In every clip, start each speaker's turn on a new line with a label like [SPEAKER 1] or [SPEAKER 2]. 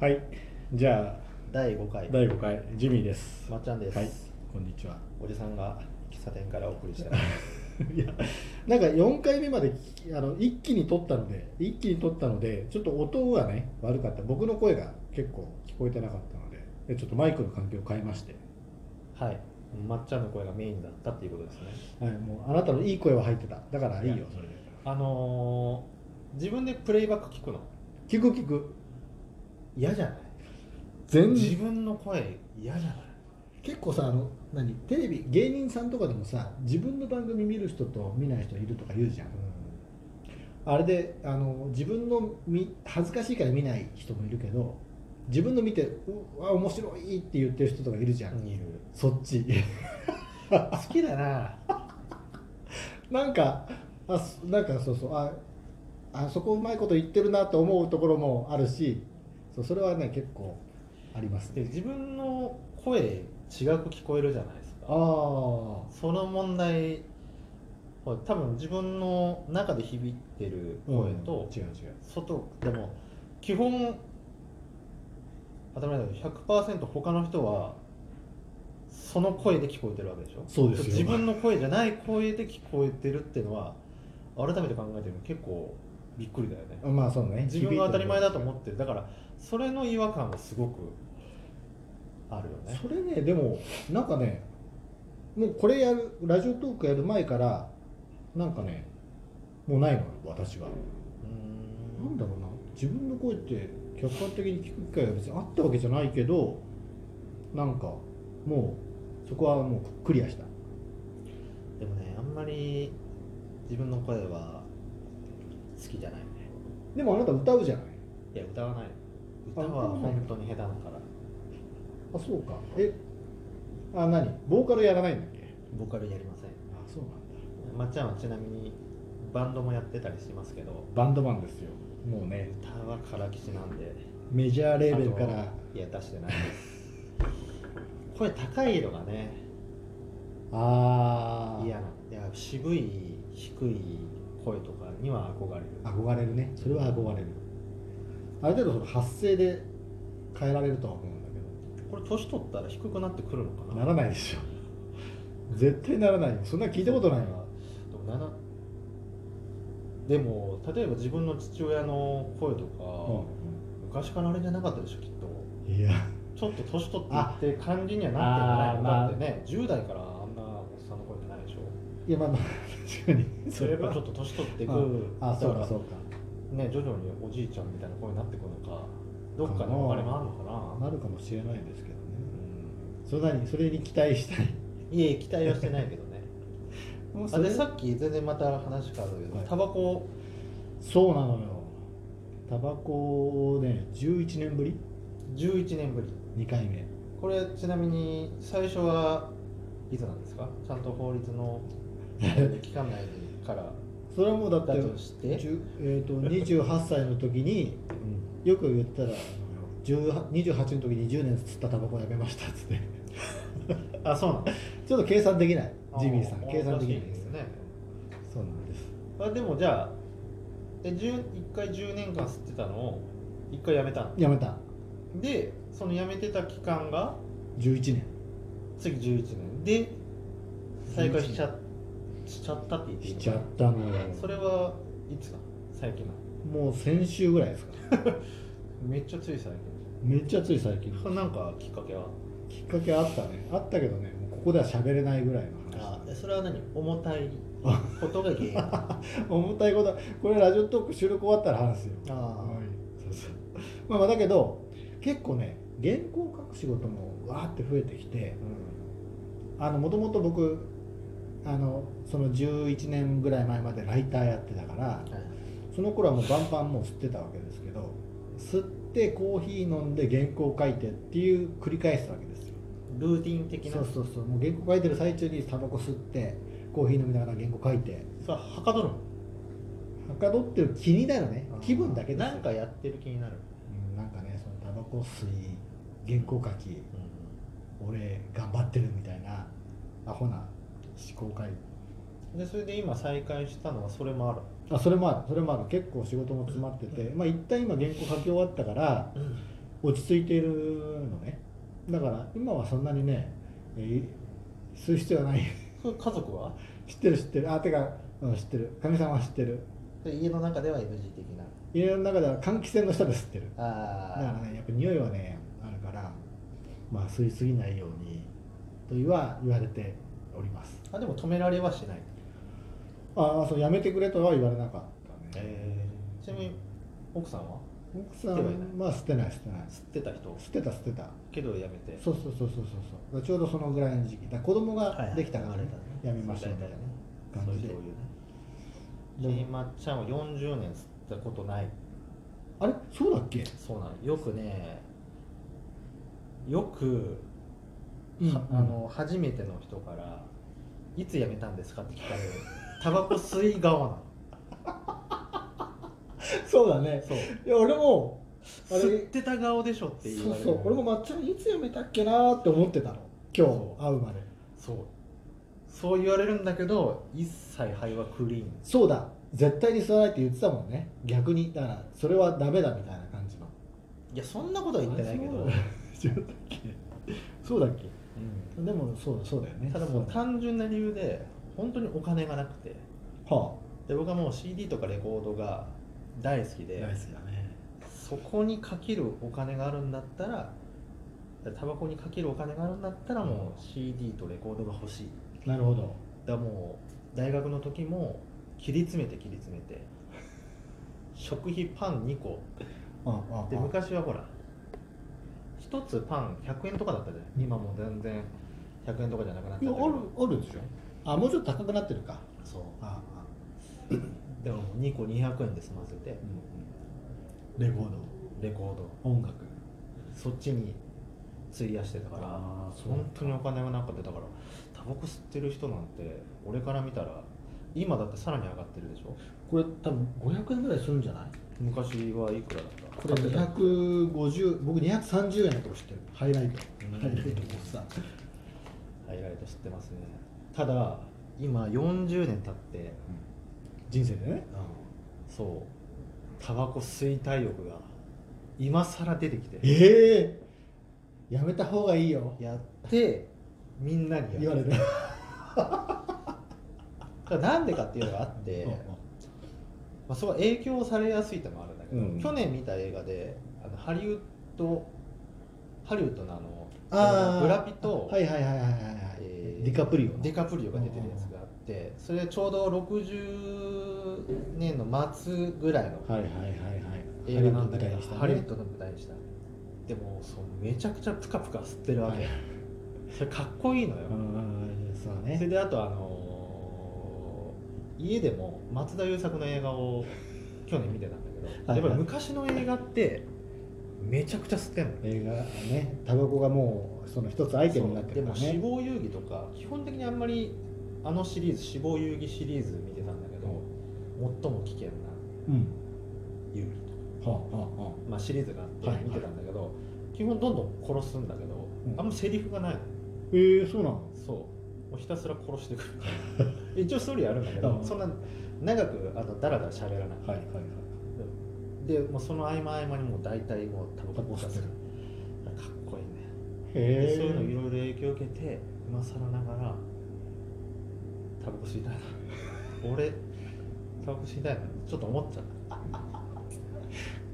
[SPEAKER 1] はいじゃ
[SPEAKER 2] 第5回
[SPEAKER 1] あ第5回ジミーです
[SPEAKER 2] まっちゃんです
[SPEAKER 1] はいこんにちは
[SPEAKER 2] おじさんが喫茶店からお送りした
[SPEAKER 1] いやなんか4回目まで聞きあの一気に撮ったので一気に撮ったのでちょっと音がね悪かった僕の声が結構聞こえてなかったのででちょっとマイクの環境を変えまして、
[SPEAKER 2] はいまっちゃんの声がメインだったっていうことですね
[SPEAKER 1] はい、もうあなたのいい声は入ってただからいいよそれで
[SPEAKER 2] あのー自分でプレイバック聞くの
[SPEAKER 1] 聞く聞く
[SPEAKER 2] 嫌じゃない
[SPEAKER 1] 全
[SPEAKER 2] 自分の声嫌じゃない
[SPEAKER 1] 結構さあの何テレビ芸人さんとかでもさ自分の番組見る人と見ない人いるとか言うじゃんあれであの自分の見恥ずかしいから見ない人もいるけど自分の見てううわ面白いって言ってる人とかいるじゃん、
[SPEAKER 2] いる
[SPEAKER 1] そっち
[SPEAKER 2] 好きだな
[SPEAKER 1] なんかあすなんかそうそうああそこうまいこと言ってるなと思うところもあるしそうそれはね結構あります
[SPEAKER 2] で
[SPEAKER 1] ね
[SPEAKER 2] 自分の声違く聞こえるじゃないです
[SPEAKER 1] あ
[SPEAKER 2] か
[SPEAKER 1] あ
[SPEAKER 2] その問題ほら多分自分の中で響いてる声と、
[SPEAKER 1] 違う違う
[SPEAKER 2] 外でも基本当たり前だけど100%他の人はその声で聞こえてるわけでしょ
[SPEAKER 1] そうですよ
[SPEAKER 2] 自分の声じゃない声で聞こえてるっていうのは改めて考えても結構びっくりだよね
[SPEAKER 1] まあそうね
[SPEAKER 2] 自分が当たり前だ
[SPEAKER 1] 響
[SPEAKER 2] と
[SPEAKER 1] いてる
[SPEAKER 2] 思ってるだからそれの違和感がすごくあるよね
[SPEAKER 1] それねでもなんかねもうこれやるラジオトークやる前からなんかねもうないのよ私は
[SPEAKER 2] う
[SPEAKER 1] なん
[SPEAKER 2] ん
[SPEAKER 1] だろうな自分の声って客観的に聞く機会が別にあったわけじゃないけどなんかもうそこはもうクリアした
[SPEAKER 2] でもねあんまり自分の声は好きじゃないね
[SPEAKER 1] でもあなた歌うじゃない
[SPEAKER 2] いや歌わない歌
[SPEAKER 1] あ
[SPEAKER 2] は
[SPEAKER 1] 歌わない
[SPEAKER 2] 本当に下手だか
[SPEAKER 1] あ
[SPEAKER 2] ら
[SPEAKER 1] そうかえあ何ボーカルやらないんだっけ
[SPEAKER 2] ボーカルやりません
[SPEAKER 1] あそうなんだ
[SPEAKER 2] まっちゃんはちなみにバンドもやってたりしますけど
[SPEAKER 1] バンドマンですよもうね
[SPEAKER 2] 歌は唐吉なんで
[SPEAKER 1] メジャーレーベルから
[SPEAKER 2] あといや出してないです声高い色がね
[SPEAKER 1] あ
[SPEAKER 2] 嫌ないや渋い低い声とかには憧れる
[SPEAKER 1] 憧れるねそれは憧れるある程度その発声で変えられるとは思うんだけ
[SPEAKER 2] これ年取ったら低くなってくるのか
[SPEAKER 1] ど
[SPEAKER 2] な
[SPEAKER 1] ならないでしょ絶対ならないよそんな聞いたことないわ
[SPEAKER 2] でもななでも例えば自分の父親の声とか、昔からあれじゃなかったでしょきっと
[SPEAKER 1] いや
[SPEAKER 2] ちょっと年取っていって感じにはなってるんじゃない
[SPEAKER 1] あ
[SPEAKER 2] のだってね10代からあんなおっさんの声ってないでしょ
[SPEAKER 1] いやまあまあ確かに
[SPEAKER 2] それやっぱちょっと年取っていく
[SPEAKER 1] あそう
[SPEAKER 2] だ
[SPEAKER 1] か
[SPEAKER 2] か
[SPEAKER 1] そうから
[SPEAKER 2] ね徐々におじいちゃんみたいな声になってくるのかどっかのあれもあるのかな
[SPEAKER 1] なるかもしれないですけどねそれなにそれに期待したい
[SPEAKER 2] うんいえ期待はしてないけどねあで
[SPEAKER 1] れ
[SPEAKER 2] さっき全然また話変わるけど
[SPEAKER 1] はい
[SPEAKER 2] タバコ
[SPEAKER 1] そうなのよタバコをね11年ぶり
[SPEAKER 2] 11年ぶり
[SPEAKER 1] 2回目
[SPEAKER 2] これちなみに最初はいつなんですかちゃんと法律 の期間内から
[SPEAKER 1] それはもうだって
[SPEAKER 2] だとして、
[SPEAKER 1] 10えー、と28歳の時によく言ったら18 28の時に10年吸ったタバコやめましたっつって
[SPEAKER 2] あそうなんだ
[SPEAKER 1] ちょっと計算できないジミーさん
[SPEAKER 2] あ
[SPEAKER 1] 計算できない
[SPEAKER 2] おかしですね
[SPEAKER 1] そうなんです
[SPEAKER 2] あでもじゃあえ10一回10年間吸ってたのを一回やめたの
[SPEAKER 1] やめた
[SPEAKER 2] でそのやめてた期間が
[SPEAKER 1] 11年
[SPEAKER 2] 次11年で再開しちゃしちゃったって言っていい
[SPEAKER 1] し
[SPEAKER 2] の
[SPEAKER 1] ちゃったのよ
[SPEAKER 2] それはいつだ最近だ
[SPEAKER 1] もう先週ぐらいですか
[SPEAKER 2] めっちゃつい最近
[SPEAKER 1] めっちゃつい最近
[SPEAKER 2] それなんかきっかけは
[SPEAKER 1] きっかけあったねあったけどねもうここでは喋れないぐらいの話
[SPEAKER 2] あそれは何重たいことが原 因
[SPEAKER 1] 重たいことはこれラジオトーク収録終わったら話すよはいそうそうまあまあだけど結構ね原稿書く仕事もわーって増えてきてあのもともと僕あのその11年ぐらい前までライターやってたからその頃はもうバンバンもう吸ってたわけですけど吸ってコーヒー飲んで原稿書いてっていう繰り返すわけですよ
[SPEAKER 2] ルーティン的な
[SPEAKER 1] そうそうそうもう原稿書いてる最中にタバコ吸ってコーヒー飲みながら原稿書いて
[SPEAKER 2] それははかどるの
[SPEAKER 1] はかどってる気になるね気分だけですよ
[SPEAKER 2] なんかやってる気になる、
[SPEAKER 1] うんなんかねそのタバコ吸い原稿書き俺頑張ってるみたいなアホな思考回路
[SPEAKER 2] でそれで今再開したのはそれもある
[SPEAKER 1] あそれもあるそれもある結構仕事も詰まってて、まあ一旦今原稿書き終わったから落ち着いているのねだから今はそんなにね、えーする必要はない
[SPEAKER 2] それ家族は
[SPEAKER 1] 知ってる知ってるあてか、うん、知ってるかみさんは知ってる
[SPEAKER 2] それ家の中では NG 的な
[SPEAKER 1] 家の中では換気扇の下で吸ってるだか
[SPEAKER 2] あ
[SPEAKER 1] らねやっぱ匂いはねあるからまあ吸いすぎないようにとは言われております
[SPEAKER 2] ーあでも止められはしない
[SPEAKER 1] ああそうやめてくれとは言われなかったね
[SPEAKER 2] えーちなみに奥さんは
[SPEAKER 1] 奥さ
[SPEAKER 2] 吸ってはいない
[SPEAKER 1] んは捨てない捨てない
[SPEAKER 2] 吸ってた人
[SPEAKER 1] 捨てた捨てた
[SPEAKER 2] けどやめて
[SPEAKER 1] そうそうそうそうそうそうだからちょうどそのぐらいの時期だから子供ができたから、ねやめましょうみたいな
[SPEAKER 2] そ
[SPEAKER 1] 感
[SPEAKER 2] ういう
[SPEAKER 1] じで
[SPEAKER 2] ねひいまっちゃんは40年吸ったことない
[SPEAKER 1] あれそうだっけ
[SPEAKER 2] そうなのよくねよく、
[SPEAKER 1] うん
[SPEAKER 2] はあの初めての人から「いつ辞めたんですか?」って聞 かれるタバコ吸い側なの
[SPEAKER 1] そうだね
[SPEAKER 2] そう
[SPEAKER 1] いや俺もあれ
[SPEAKER 2] 吸ってた顔でしょって言
[SPEAKER 1] そ
[SPEAKER 2] わ
[SPEAKER 1] う
[SPEAKER 2] れる
[SPEAKER 1] そう俺もまっちゃんいつ辞めたっけなーって思ってたの今日会うまで
[SPEAKER 2] そうそう言われるんだけど一切肺はクリーン
[SPEAKER 1] そうだ絶対に吸わないって言ってたもんね逆にだからそれはダメだみたいな感じの
[SPEAKER 2] いやそんなことは言ってないけど、
[SPEAKER 1] あそうだ違ったっけそうだっけ
[SPEAKER 2] う
[SPEAKER 1] でもそうだそうだよね
[SPEAKER 2] んただもう
[SPEAKER 1] そだ
[SPEAKER 2] 単純な理由で本当にお金がなくて
[SPEAKER 1] は
[SPEAKER 2] で僕はもう CD とかレコードが大好き
[SPEAKER 1] あ
[SPEAKER 2] で
[SPEAKER 1] だね
[SPEAKER 2] そこにかけるお金があるんだったらタバコにかけるお金があるんだったらもう CD とレコードが欲しい
[SPEAKER 1] なるほど
[SPEAKER 2] だからもう大学の時も切り詰めて切り詰めて食費パン2個
[SPEAKER 1] ああ
[SPEAKER 2] で
[SPEAKER 1] あ
[SPEAKER 2] 昔はほら1つパン100円とかだったじゃない今もう全然100円とかじゃなくなっ
[SPEAKER 1] い
[SPEAKER 2] ち
[SPEAKER 1] や
[SPEAKER 2] ゃったけ
[SPEAKER 1] ある
[SPEAKER 2] ど
[SPEAKER 1] あるでしょあもうちょっと高くなってるか
[SPEAKER 2] そう
[SPEAKER 1] ああ
[SPEAKER 2] でも2個200円で済ませて
[SPEAKER 1] レコー
[SPEAKER 2] レコード
[SPEAKER 1] ド音楽
[SPEAKER 2] そっちに費やしてたから
[SPEAKER 1] あーそう
[SPEAKER 2] 本当にお金がなかっただからタバコ吸ってる人なんて俺から見たら今だってさらに上がってるでしょ
[SPEAKER 1] これ多分500円ぐらいするんじゃない
[SPEAKER 2] 昔はいくらだった
[SPEAKER 1] これ250僕230円のとこ知ってるハイライト
[SPEAKER 2] うん
[SPEAKER 1] ハイライトこうさ
[SPEAKER 2] ハイライト吸ってますねただ今40年経って
[SPEAKER 1] 人生でね
[SPEAKER 2] そうタバコ吸いたい欲が今更出てきて
[SPEAKER 1] ええやめた方がいいよ
[SPEAKER 2] やってみんなに
[SPEAKER 1] 言われ
[SPEAKER 2] る
[SPEAKER 1] て
[SPEAKER 2] だからなんでかっていうのがあって、まあ、そこは影響されやすいってのもあるんだけど、
[SPEAKER 1] うん
[SPEAKER 2] 去年見た映画であのハリウッドハリウッドのあの
[SPEAKER 1] ああ
[SPEAKER 2] ブラピと、
[SPEAKER 1] はいはいはいはいはいはい、
[SPEAKER 2] えー
[SPEAKER 1] ディカプリオ
[SPEAKER 2] ディカプリオが出てるやつがあってそれちょうど60年の末ぐらいの
[SPEAKER 1] はいはいはいはい
[SPEAKER 2] 映画なんだけ
[SPEAKER 1] ハリウッド舞台
[SPEAKER 2] ど
[SPEAKER 1] にしたね
[SPEAKER 2] ハリウッドの舞台にした,、でもそうめちゃくちゃプカプカ吸ってるわけ、
[SPEAKER 1] はい
[SPEAKER 2] それかっこいいのよ、
[SPEAKER 1] うんそう
[SPEAKER 2] それ
[SPEAKER 1] ね
[SPEAKER 2] であとあのー家でも松田優作の映画を去年見てたんだけど、
[SPEAKER 1] はい
[SPEAKER 2] やっぱり昔の映画ってめちゃくちゃ吸ってんの
[SPEAKER 1] 映画ねタバコがもうその一つアイテムになって
[SPEAKER 2] で
[SPEAKER 1] るか
[SPEAKER 2] も
[SPEAKER 1] ら
[SPEAKER 2] 死
[SPEAKER 1] ね
[SPEAKER 2] 亡遊戯とか基本的にあんまりあのシリーズ死亡遊戯シリーズ見てたんだけど、最も危険な
[SPEAKER 1] うん
[SPEAKER 2] 遊戯とか、
[SPEAKER 1] はあはあはあ
[SPEAKER 2] まあ、シリーズがあ
[SPEAKER 1] はいは
[SPEAKER 2] って
[SPEAKER 1] い
[SPEAKER 2] 見てたんだけど、基本どんどん殺すんだけど、
[SPEAKER 1] うん
[SPEAKER 2] あんまセリフがないの
[SPEAKER 1] えー、そうなの
[SPEAKER 2] そうもうひたすら殺してく る一応ストーリーあるんだけど、
[SPEAKER 1] うん
[SPEAKER 2] そんな長くあのダラダラ
[SPEAKER 1] はい
[SPEAKER 2] 喋らない
[SPEAKER 1] はいはい
[SPEAKER 2] でもうその合間合間にもう大体もうタバコ吸ってる
[SPEAKER 1] タ
[SPEAKER 2] かっこいいね、
[SPEAKER 1] へえ
[SPEAKER 2] そういうのいろいろ影響を受けて今更ながらタバコ吸いたい な俺タバコ吸いたいなちょっと思っちゃっ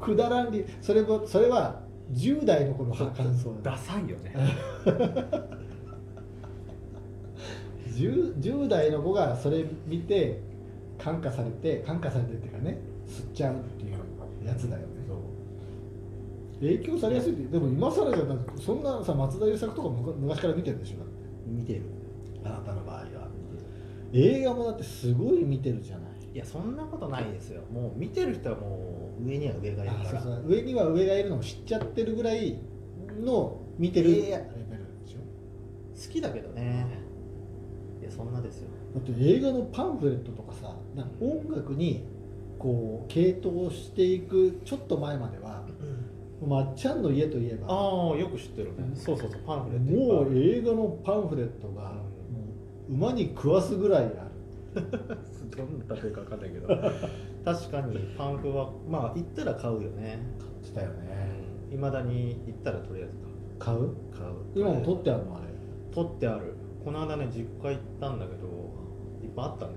[SPEAKER 2] た
[SPEAKER 1] くだらんりそれもそれは10代の頃の感想だ
[SPEAKER 2] ダサいよね
[SPEAKER 1] 10, 10代の子がそれ見て感化されて感化されてっていうかね吸っちゃうっていうやつだよね
[SPEAKER 2] そう
[SPEAKER 1] 影響されやすいってでも今更じゃなくそんなさ松田優作とか昔昔から見てるでしょだって
[SPEAKER 2] 見てる
[SPEAKER 1] あなたの場合は映画もだってすごい見てるじゃない
[SPEAKER 2] いやそんなことないですよもう見てる人はもう上には上がいる
[SPEAKER 1] あ
[SPEAKER 2] か
[SPEAKER 1] そ
[SPEAKER 2] ら
[SPEAKER 1] うそう上には上がいるのを知っちゃってるぐらいの見てる
[SPEAKER 2] いやい
[SPEAKER 1] レ
[SPEAKER 2] や
[SPEAKER 1] ベルでしょ
[SPEAKER 2] 好きだけどねいやそんなですよ
[SPEAKER 1] だって映画のパンフレットとかさなんか音楽にこう系統していくちょっと前まではまっちゃんの家といえば
[SPEAKER 2] ああよく知ってるね、
[SPEAKER 1] うん
[SPEAKER 2] そうそうそうパンフレットいっぱいあ
[SPEAKER 1] も
[SPEAKER 2] る
[SPEAKER 1] う映画のパンフレットがもう馬に食わすぐらいある
[SPEAKER 2] どんな例えかわかんないけど確かにパンフはまあ行ったら買うよね
[SPEAKER 1] 感じだよね
[SPEAKER 2] うんいまだに行ったらとりあえず
[SPEAKER 1] 買う
[SPEAKER 2] 買う買う
[SPEAKER 1] 今も取ってあるのあれ
[SPEAKER 2] 取ってあるこの間ね実家行ったんだけどいっぱいあったね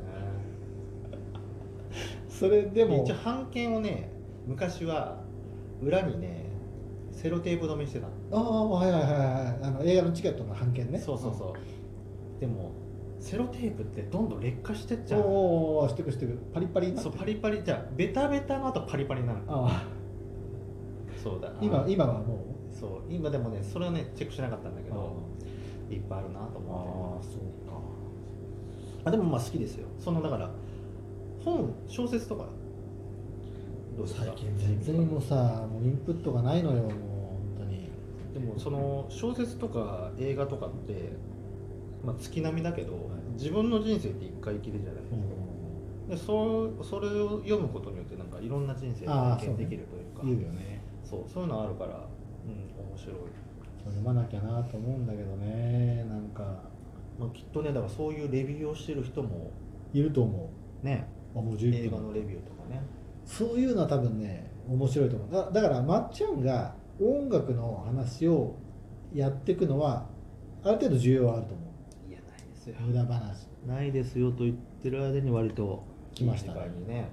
[SPEAKER 1] それで
[SPEAKER 2] でも
[SPEAKER 1] も
[SPEAKER 2] 一応半券をね昔は裏にねセロテープ止めにしてたの
[SPEAKER 1] ああはいはいはいはいあの映画のチケットの半券ね
[SPEAKER 2] そうそうそう、でもセロテープってどんどん劣化してっ
[SPEAKER 1] うん
[SPEAKER 2] ちゃう
[SPEAKER 1] おおしてくしてくパリパリになって
[SPEAKER 2] そう
[SPEAKER 1] る
[SPEAKER 2] パリパリじゃベタベタの後パリパリになる
[SPEAKER 1] あ
[SPEAKER 2] そうだ
[SPEAKER 1] あ今今はもう
[SPEAKER 2] そう今でもねそれはねチェックしなかったんだけどいっぱいあるなと思って
[SPEAKER 1] そうか
[SPEAKER 2] あでもまあ好きですよそのだから本小説とかどうですか
[SPEAKER 1] 最近全然もうさもうインプットがないのよもう本当に
[SPEAKER 2] でもその小説とか映画とかって、まあ、月並みだけど、自分の人生って一回きりじゃないですか、でそうそれを読むことによってなんかいろんな人生
[SPEAKER 1] あー
[SPEAKER 2] を経
[SPEAKER 1] そう
[SPEAKER 2] 験
[SPEAKER 1] ね
[SPEAKER 2] できるというか
[SPEAKER 1] 言うよね
[SPEAKER 2] そう,、そういうのあるから、うん、面白い、
[SPEAKER 1] 読まなきゃなと思うんだけどねなんか
[SPEAKER 2] まあ、きっとねだからそういうレビューをしてる人も
[SPEAKER 1] いると思
[SPEAKER 2] ね
[SPEAKER 1] うあもう十
[SPEAKER 2] 映
[SPEAKER 1] 分
[SPEAKER 2] 画のレビューとかね
[SPEAKER 1] そういうのは多分ね面白いと思うだだからまっちゃんが音楽の話をやっていくのはある程度重要はあると思
[SPEAKER 2] いやないですよ
[SPEAKER 1] う無駄話
[SPEAKER 2] ないですよと言ってる間に割と
[SPEAKER 1] 来ました
[SPEAKER 2] いい時間にね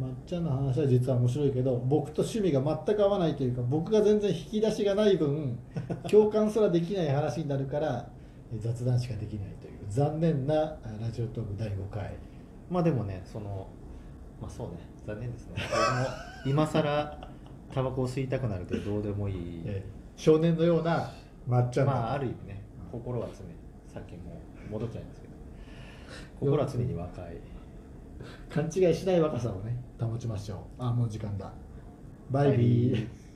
[SPEAKER 1] まっちゃんの話は実は面白いけど僕と趣味が全く合わないというか僕が全然引き出しがない分共感すらできない話になるからえ雑談しかできないという残念なあラジオトーク第5回
[SPEAKER 2] まあでもねそのまあそうね残念ですね僕も今更タバコを吸いたくなるけどどうでもいい、
[SPEAKER 1] え少年のようなまっちゃんの、
[SPEAKER 2] まあある意味ね心は常にさっきも戻っちゃいますけど心は常に若い
[SPEAKER 1] 勘違いしない若さをね保ちましょうあもう時間だバイビー